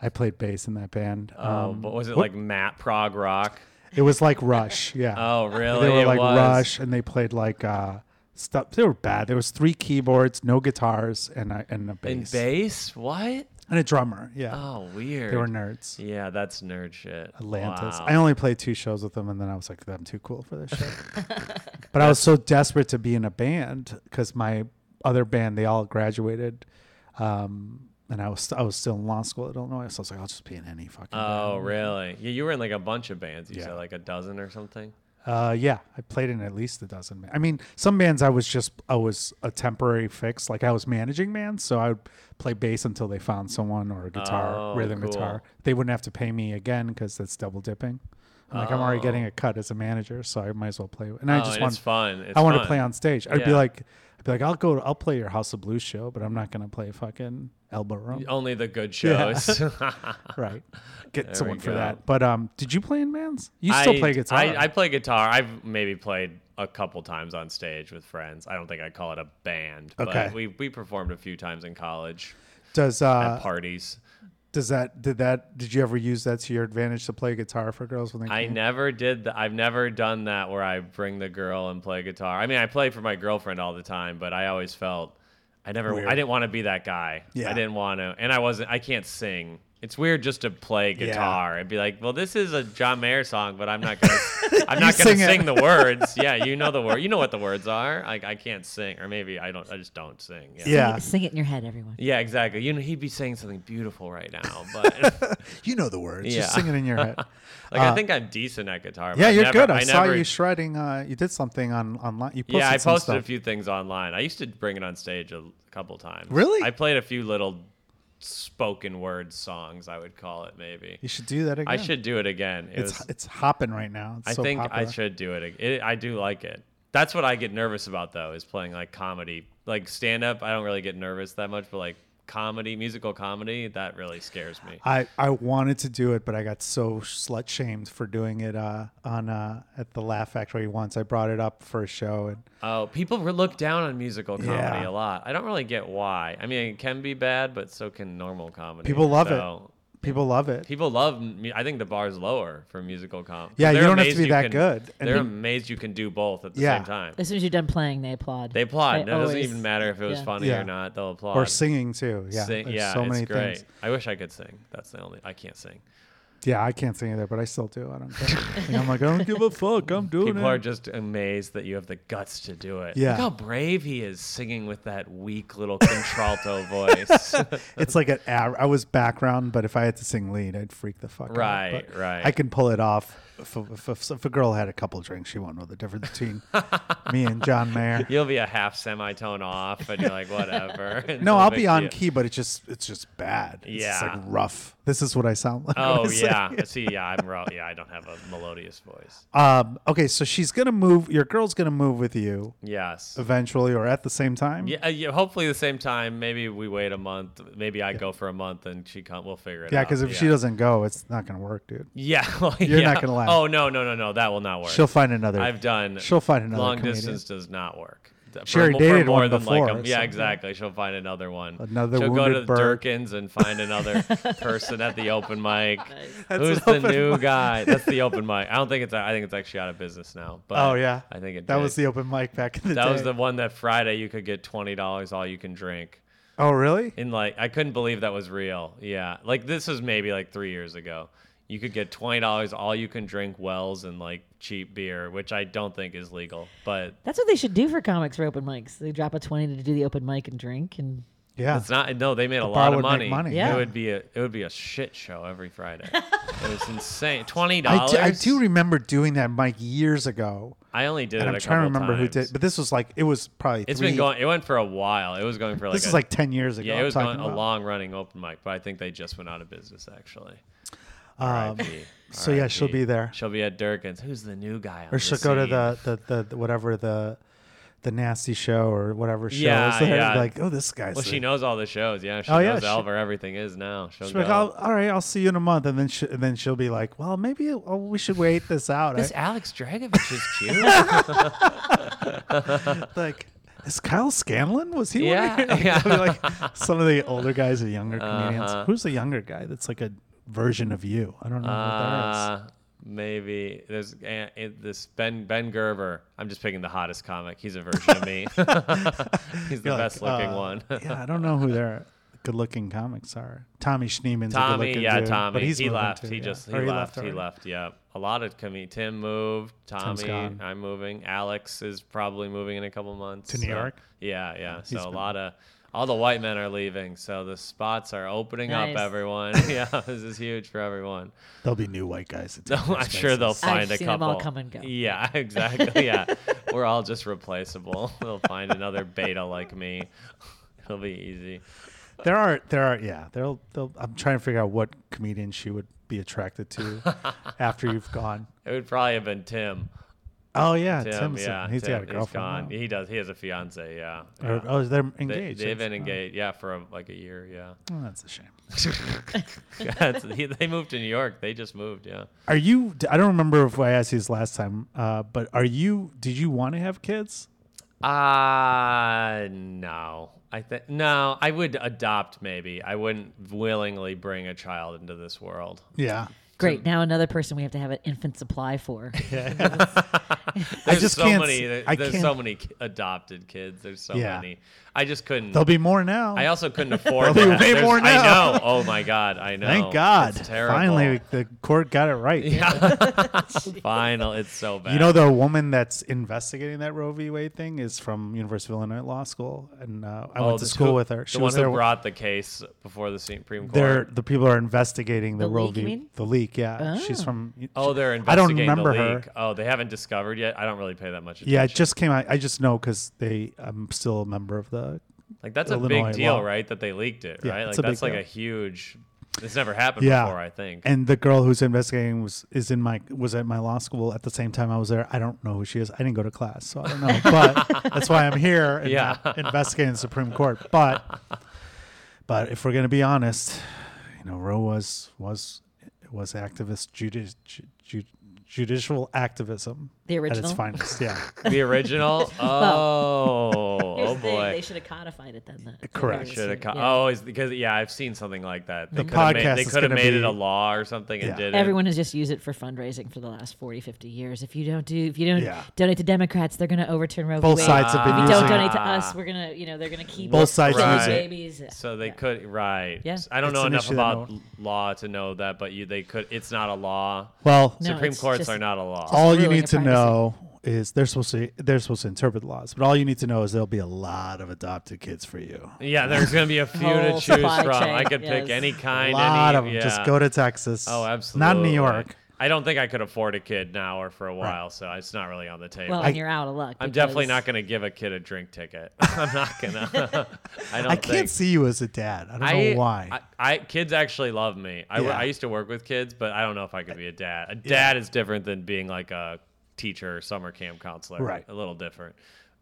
I played bass in that band. oh, Um, but was it what- like Matt prog rock? It was like Rush. Yeah. Oh, really? They were It like was. Rush, and they played like uh, stuff. They were bad. There was three keyboards, no guitars, and a, and a In bass bass? What? and a drummer. Yeah, Oh, weird. they were nerds. Yeah, that's nerd shit. Atlantis. Wow. I only played two shows with them, and then I was like, "I'm too cool for this shit." but I was so desperate to be in a band because my other band they all graduated, um, and I was I was still in law school at Illinois, so I was like, "I'll just be in any fucking." Oh, really? Yeah, you were in like a bunch of bands. You Yeah. said like a dozen or something. Uh, yeah, I played in at least a dozen. Ba- I mean, some bands I was just I was a temporary fix. Like I was managing bands, so I would play bass until they found someone or a guitar, Oh, rhythm cool. guitar. They wouldn't have to pay me again because that's double dipping. I'm like I'm already getting a cut as a manager, so I might as well play. And I oh, just and want it's fun. It's I want fun. to play on stage. I'd be Yeah. like I'd be like I'll go I'll play your House of Blues show, but I'm not gonna play fucking Elbow Room. only the good Yeah. shows. Right, get There someone we for go. that. But um, did you play in bands? You still I- play guitar? I, I play guitar. I've maybe played a couple times on stage with friends. I don't think I'd call it a band, Okay. but we, we performed a few times in college Does at uh, parties. Does that did that did you ever use that to your advantage to play guitar for girls when they I came? never did that. I've never done that where I bring the girl and play guitar. I mean, I play for my girlfriend all the time, but I always felt I never I didn't want to be that guy. Yeah. I didn't want to. And I wasn't I can't sing. It's weird just to play guitar and be like, "Well, this is a John Mayer song, but I'm not going to I'm not sing going to it. sing the words." Yeah, you know the word. You know what the words are. Like I can't sing or maybe I don't I just don't sing. Yeah. Yeah. Sing it in your head, everyone. Yeah, exactly. You know he'd be saying something beautiful right now, but You know the words. Yeah. Just sing it in your head. like I think I'm decent at guitar. but Uh, yeah, I you're never- good. I, saw never you shredding uh you did something on online. You posted Yeah, I some posted a stuff. few things online. I used to bring it on stage a l- couple times. Really? I played a few little spoken word songs, I would call it maybe. You should do that again. I should do it again. It It's was, it's hopping right now. It's I so think popular. I should do it, ag- it. I do like it. That's what I get nervous about though, is playing like comedy. Like stand up, I don't really get nervous that much, but like comedy, musical comedy, that really scares me. I, I wanted to do it, but I got so slut shamed for doing it uh, on uh, at the Laugh Factory once. I brought it up for a show, and Oh, people re- look down on musical comedy Yeah. a lot. I don't really get why. I mean, it can be bad, but so can normal comedy. People love it. so, people love it. People love. mu- I think the bar's lower for musical comp. Yeah, you They're don't have to amazed be you that can- good. And they're then- amazed you can do both at the Yeah. same time. As soon as you're done playing, they applaud. They applaud. They No, it doesn't always- even matter if it was yeah. funny Yeah. or not. They'll applaud. Or singing too. Yeah, Sing- there's yeah, so it's many great. things. I wish I could sing. That's the only. I can't sing. Yeah, I can't sing either, but I still do. I don't care. Like, I'm like, I don't give a fuck. I'm doing People it. are just amazed that you have the guts to do it. Yeah. Look how brave he is singing with that weak little contralto voice. it's like an av- I was background, but if I had to sing lead, I'd freak the fuck out. Right, But right. I can pull it off. If, if, if, if a girl had a couple drinks, she won't know the difference between me and John Mayer. You'll be a half semitone off, and you're like, whatever. No, I'll be on key. key, but it's just it's just bad. It's just, Yeah. like rough. This is what I sound like. when I Oh sing. yeah. See, yeah, I'm raw. Yeah, I don't have a melodious voice. Um. Okay, so she's gonna move. Your girl's gonna move with you Yes. eventually, or at the same time. Yeah, uh, yeah. Hopefully, the same time. Maybe we wait a month. Maybe I go for a month, and she come. We'll figure it Yeah, out. because if she doesn't go, it's not gonna work, dude. yeah, well, You're not yeah. gonna last. Oh no, no, no, no. That will not work. She'll find another. I've done. she'll find another Long comedian. distance does not work. Th- She already mo- dated one before, a- so, yeah, yeah. exactly. She'll find another one. Another She'll go to wounded the bird. Durkins and find another person at the open mic. Who's an the open new guy? That's the open mic. I don't think it's. I think it's actually out of business now. But Oh yeah, I think it. That did. was the open mic back in the That day. was the one that Friday you could get twenty dollars all you can drink. Oh really? And like I couldn't believe that was real. Yeah. Like this was maybe like three years ago. You could get twenty dollars all you can drink wells and like cheap beer, which I don't think is legal. But That's what they should do for comics for open mics. They drop a twenty to do the open mic and drink, and Yeah. it's not no, they made a bar lot of would make money. money, Yeah. It would be a it would be a shit show every Friday. it was insane. Twenty I dollars do, I do remember doing that mic years ago, I only did and it I'm a trying to couple remember who times. did. But this was like it was probably. It's three, been going it went for a while. It was going for like This a, is like ten years ago. yeah, it I'm was going talking a about. long running open mic, but I think they just went out of business actually. Um, R.I.P.. so yeah, she'll R.I.P.. be there. She'll be at Durkin's. Who's the new guy? on or she'll the go to scene? the the, the the whatever the the nasty show or whatever show Yeah, is there. yeah. Like oh, this guy's. Well, she there. knows all the shows. Yeah, she Oh, yeah, knows she- all where everything is now. She'll She'll go. be like, "I'll- all right, I'll see you in a month, and then she, and then she'll be like, well, maybe oh, we should wait this out. eh?" this I- Alex Dragovich is cute. like is Kyle Scanlon? Was he? Yeah, one of your- yeah. like some of the older guys or younger comedians. Uh-huh. Who's the younger guy that's like a version of you? I don't know what that is. uh, Maybe there's eh, eh, this Ben Ben Gerber. I'm just picking the hottest comic. He's a version of me. He's the You're like, best looking uh, one. yeah, I don't know who their good looking comics are. Tommy Schneeman's a Tommy, good-looking yeah, dude, Tommy. But he's he moving left. too, he yeah. just he Or left. he already. left. Yeah, a lot of comedy. Tim moved. Tommy, gone. I'm moving. Alex is probably moving in a couple months To New so- York? Yeah, yeah. So a been- lot of all the white men are leaving. So the spots are opening Nice. up. Everyone. yeah, this is huge for everyone. There'll be new white guys. that No, take their I'm sure they'll spaces. find a seen 'em couple. all come and go. Yeah, exactly. Yeah, we're all just replaceable. they'll find another beta like me. It'll be easy. There are there are yeah. There'll they'll. I'm trying to figure out what comedian she would be attracted to after you've gone. It would probably have been Tim. Oh yeah, Tim, Tim's yeah, he's Tim, got a girlfriend. He's gone. now. He does. He has a fiance. Yeah. Or- yeah. oh, they're They, engaged. they've That's- been engaged. Yeah, for a, like a year. Yeah. oh, that's a shame. That's- he- they moved to New York. They just moved. Yeah. Are you? I don't remember if I asked you this last time, uh, but are you? Did you want to have kids? Uh no. I think no. I would adopt maybe. I wouldn't willingly bring a child into this world. Yeah. Great. Now another person we have to have an infant supply for. There's just so can't many. s- there- I there's can't- so many ki- adopted kids. There's so Yeah. many. I just couldn't. There'll be more now. I also couldn't afford. There'll be that. way There's- more I now. know. Oh my god. I know. Thank God. It's terrible. Finally, the court got it right. Final. It's so bad. You know, the woman that's investigating that Roe v. Wade thing is from University of Illinois Law School, and uh, I went to Oh, the school two- with her. the one was who there. brought the case before the Supreme Court. they're the people are investigating the, The Roe leak, you v. mean? The leak. Yeah, she's from. oh, they're I don't investigating remember the leak. her. Oh, they haven't discovered yet. I don't really pay that much attention. Yeah, it just came out. I just know because they. I'm still a member of the. like that's a Illinois big deal, law. right? That they leaked it, Yeah, right? Like it's a that's big like a huge. It's never happened Yeah, before, I think. And the girl who's investigating was is in my was at my law school at the same time I was there. I don't know who she is. I didn't go to class, so I don't know. But that's why I'm here. And Yeah. not investigating the Supreme Court. But but if we're gonna be honest, you know, Roe was was was activist judi- ju- ju- judicial activism The at its original? finest. Yeah, the original. Oh, Here's oh the thing, They boy. should have codified it then. though. Correct. They Should have. yeah. Oh, is because yeah, I've seen something like that. They The could have made, podcast they is could have gonna made it be- a law or something Yeah. and did Everyone has just used it for fundraising for the last 40, 50 years. If you don't do, if you don't Yeah. donate to Democrats, they're going to overturn Roe v. both Wade. sides have If been you using. don't donate Ah. to us, we're gonna, you know, they're gonna keep Both sides killing use it. babies. So they Yeah. could right. Yeah. I don't It's know an enough issue that about no- law to know that, but you they could. It's not a law. well, No, Supreme it's courts just- are not a law. all you ruling need of to privacy. know is they're supposed to they're supposed to interpret laws, but all you need to know is there'll be a lot of adopted kids for you. yeah, there's gonna be a few to Whole choose from. supply I chain, could pick yes. any A kind. lot of any, them. Yeah. Just go to Texas. Oh, absolutely. Not New York. I don't think I could afford a kid now or for a while, so it's not really on the table. Well, I- and you're out of luck. I'm definitely because- not going to give a kid a drink ticket. I'm not gonna. I don't. I can't think. see you as a dad. I don't know why. I, I- kids actually love me. I, w- Yeah. I used to work with kids, but I don't know if I could be a dad. A dad is different than being like a teacher or summer camp counselor. Right. A little different.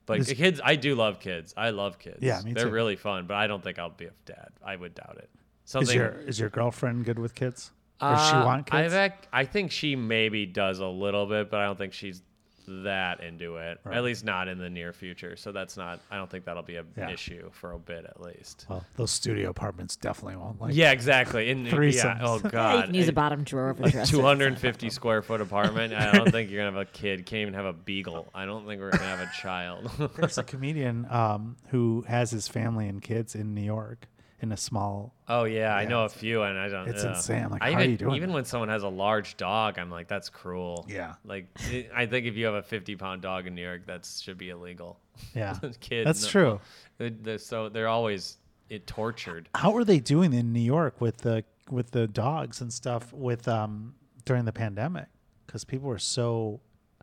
But kids, I do love kids. I love kids. Yeah, me They're too. really fun, but I don't think I'll be a dad. I would doubt it. is Something. your is your girlfriend good with kids? Or does she Uh, want I kids? think, I think she maybe does a little bit, but I don't think she's that into it. At least not in the near future. So that's not. I don't think that'll be an Yeah. issue for a bit, at least. well, those studio apartments definitely won't like. yeah, exactly. In Threesomes. yeah. Oh God. Yeah, you can use a And- bottom drawer of a dresser. 250 square foot apartment. I don't think you're gonna have a kid. Can't even have a beagle. I don't think we're gonna have a child. There's a comedian um, who has his family and kids in New York in a small. oh yeah, I know a few, and I don't. It's ugh. insane. Like, I how even, are you doing Even that? when someone has a large dog, I'm like, that's cruel. Yeah. Like, it- I think if you have a 50 pound dog in New York, that should be illegal. Yeah, Kids. that's no- true. They're, they're so they're always it tortured. How are they doing in New York with the with the dogs and stuff with um during the pandemic? Because people were so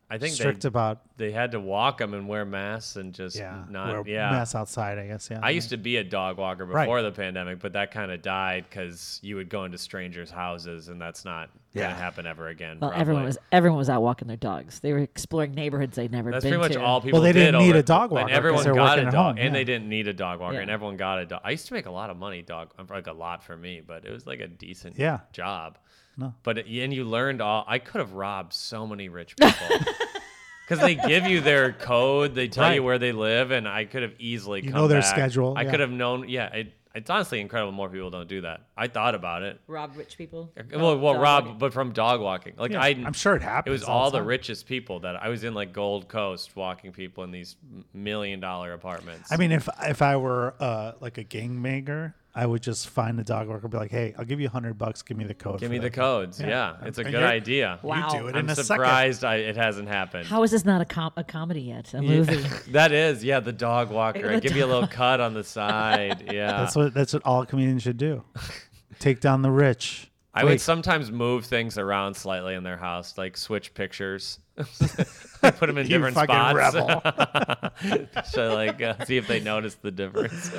I think strict they, about they had to walk them and wear masks and just yeah, not wear yeah mass outside. I guess yeah. I used to be a dog walker Right. before the pandemic, but that kind of died because you would go into strangers' houses, and that's not Yeah. gonna happen ever again. Well, probably. everyone was everyone was out walking their dogs. They were exploring neighborhoods they'd never That's been pretty much to. all people. they did didn't need over- a dog walker 'cause and everyone they were got working a at dog, home, and yeah. they didn't need a dog walker, Yeah. and everyone got a dog. I used to make a lot of money, dog, like a lot for me, but it was like a decent Yeah. job. No. but it- and you learned all. I could have robbed so many rich people. Because they give you their code, they tell you Right. where they live, and I could have easily You come know their back. schedule, I yeah. could have known. Yeah, I, it's honestly incredible more people don't do that. I thought about it. rob rich people. Well, well dog Rob, walking. but from dog walking. Like I, I'm sure it It happens was all all the the time. richest people that I was in like Gold Coast walking people in these million dollar apartments. I mean, if if I were uh, like a gang maker, I would just find a dog worker and be like, "Hey, I'll give you hundred bucks. Give me the code. Give for me the that." codes. Yeah, it's a And good you're- idea. Wow. You do it I'm in a second. surprised I, it hasn't happened. How is this not a, com- a comedy yet? A movie. that is, yeah, the dog walker. The I give you a dog little cut on the side. Yeah. That's what that's what all comedians should do. Take down the rich. I Wait, would sometimes move things around slightly in their house, like switch pictures, put them in You different fucking spots. so like uh, see if they notice the difference.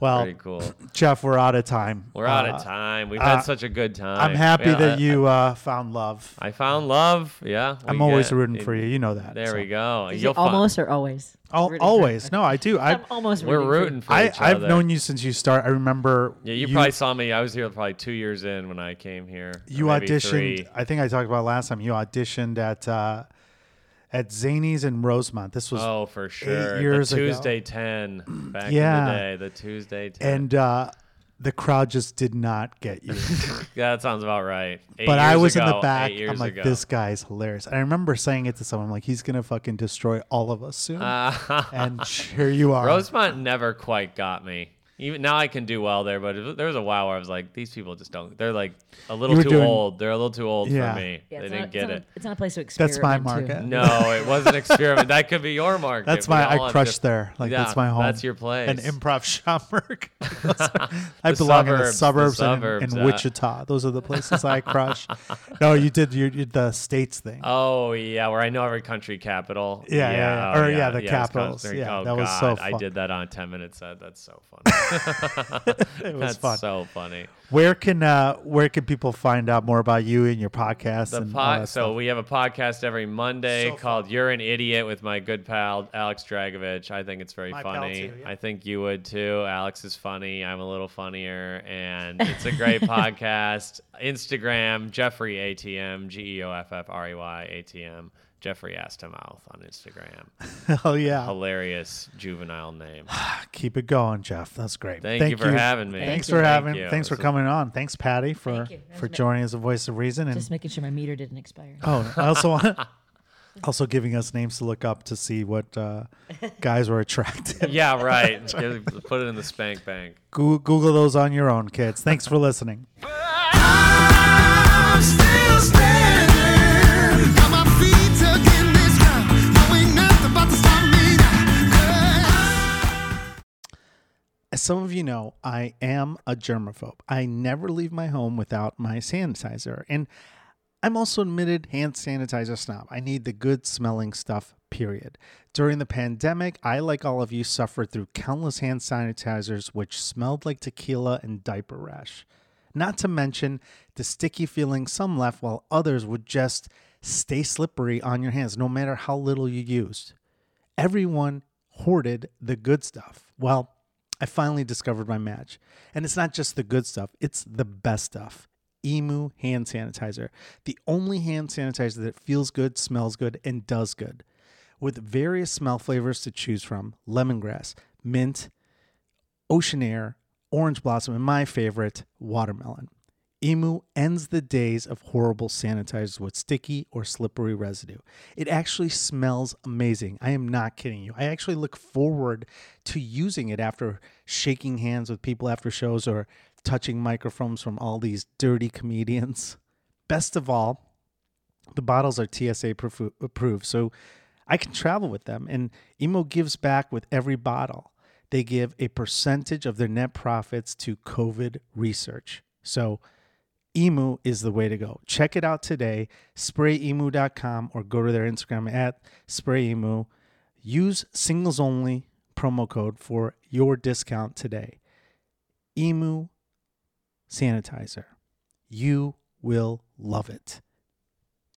well, Pretty cool. Jeff, we're out of time. We're out Uh, of time. We've uh, had such a good time. I'm happy Yeah, that I- you uh, found love. I found love. Yeah. I'm we always get- rooting for you. You know that. There so. we go. Is it You'll fi- almost or always? Al- Rooting for- always. No, I do. I I'm almost. We're rooting for I each I've other. known you since you start. I remember. Yeah, you, probably saw me. I was here probably two years in when I came here. or you maybe auditioned. three. I think I talked about last time. You auditioned at uh, at Zanies in Rosemont. This was Oh, for sure. years the ago. Tuesday 10 back Yeah. in the day. The Tuesday 10. and uh, the crowd just did not get you. Yeah, that sounds about right. Eight but I years was in ago, the back. eight years I'm like, ago. this guy's hilarious. And I remember saying it to someone like, he's gonna fucking destroy all of us soon. Uh, and here you are. Rosemont never quite got me. Even now, I can do well there, but it- there was a while where I was like, these people just don't. They're like a little were too doing- old. They're a little too old Yeah. for me. Yeah, they it's didn't not- get it's not a- it. it's not a place to experiment. That's my too. market. No, it was an experiment. that could be your market. That's We my. all I have crushed diff- there. Like Yeah, that's my home. That's your place. An improv shopper. I The belong in the suburbs, suburbs, the and suburbs, in, in uh. Wichita. Those are the places I crush. No, you did your, your the states thing. Oh yeah, where I know every country capital. Yeah, yeah, oh, or, yeah, the it's constant. capitals. Yeah, oh, that was so God. I fun. did that on a ten minute set. That's so funny. it was That's fun. so funny. Where can uh, where can people find out more about you and your podcast? The and all pod, that so stuff? we have a podcast every Monday So fun. called "You're an Idiot" with my good pal Alex Dragovich. I think it's very My pal funny. too, yeah. I think you would too. Alex is funny. I'm a little funnier, and it's a great podcast. Instagram Jeffrey ATM G E O F F R E Y A T M Jeffrey Ass to Mouth on Instagram. oh yeah, Hilarious juvenile name. keep it going, Jeff. That's great. Thank, you for having me. Thanks Thank for Thank having. you. Thanks for This is- coming on. Thanks, Patty, for Thank you. That's for ma- joining us, a voice of reason. And Just making sure my meter didn't expire. oh, I also want also giving us names to look up to see what uh, guys were attracted. Yeah, right. Give- Put it in the spank bank. Goo- Google those on your own, kids. Thanks for listening. I'm still standing. Got my feet tucked in this ground. No, ain't nothing about to stop me now. As some of you know, I am a germaphobe. I never leave my home without my sanitizer. And I'm also admitted hand sanitizer snob. I need the good smelling stuff, period. During the pandemic, I, like all of you, suffered through countless hand sanitizers which smelled like tequila and diaper rash. Not to mention the sticky feeling some left while others would just stay slippery on your hands no matter how little you used everyone hoarded the good stuff. Well, I finally discovered my match. And it's not just the good stuff, it's the best stuff. Emu hand sanitizer, the only hand sanitizer that feels good, smells good, and does good. With various smell flavors to choose from lemongrass, mint, ocean air, orange blossom, and my favorite, watermelon. Emu ends the days of horrible sanitizers with sticky or slippery residue. It actually smells amazing. I am not kidding you. I actually look forward to using it after shaking hands with people after shows or touching microphones from all these dirty comedians. Best of all, the bottles are TSA profu- approved, so I can travel with them. And Emo gives back with every bottle. They give a percentage of their net profits to COVID research. So Emu is the way to go. Check it out today, sprayemu.com, or go to their Instagram at sprayemu. Use singles only promo code for your discount today. Emu sanitizer. You will love it.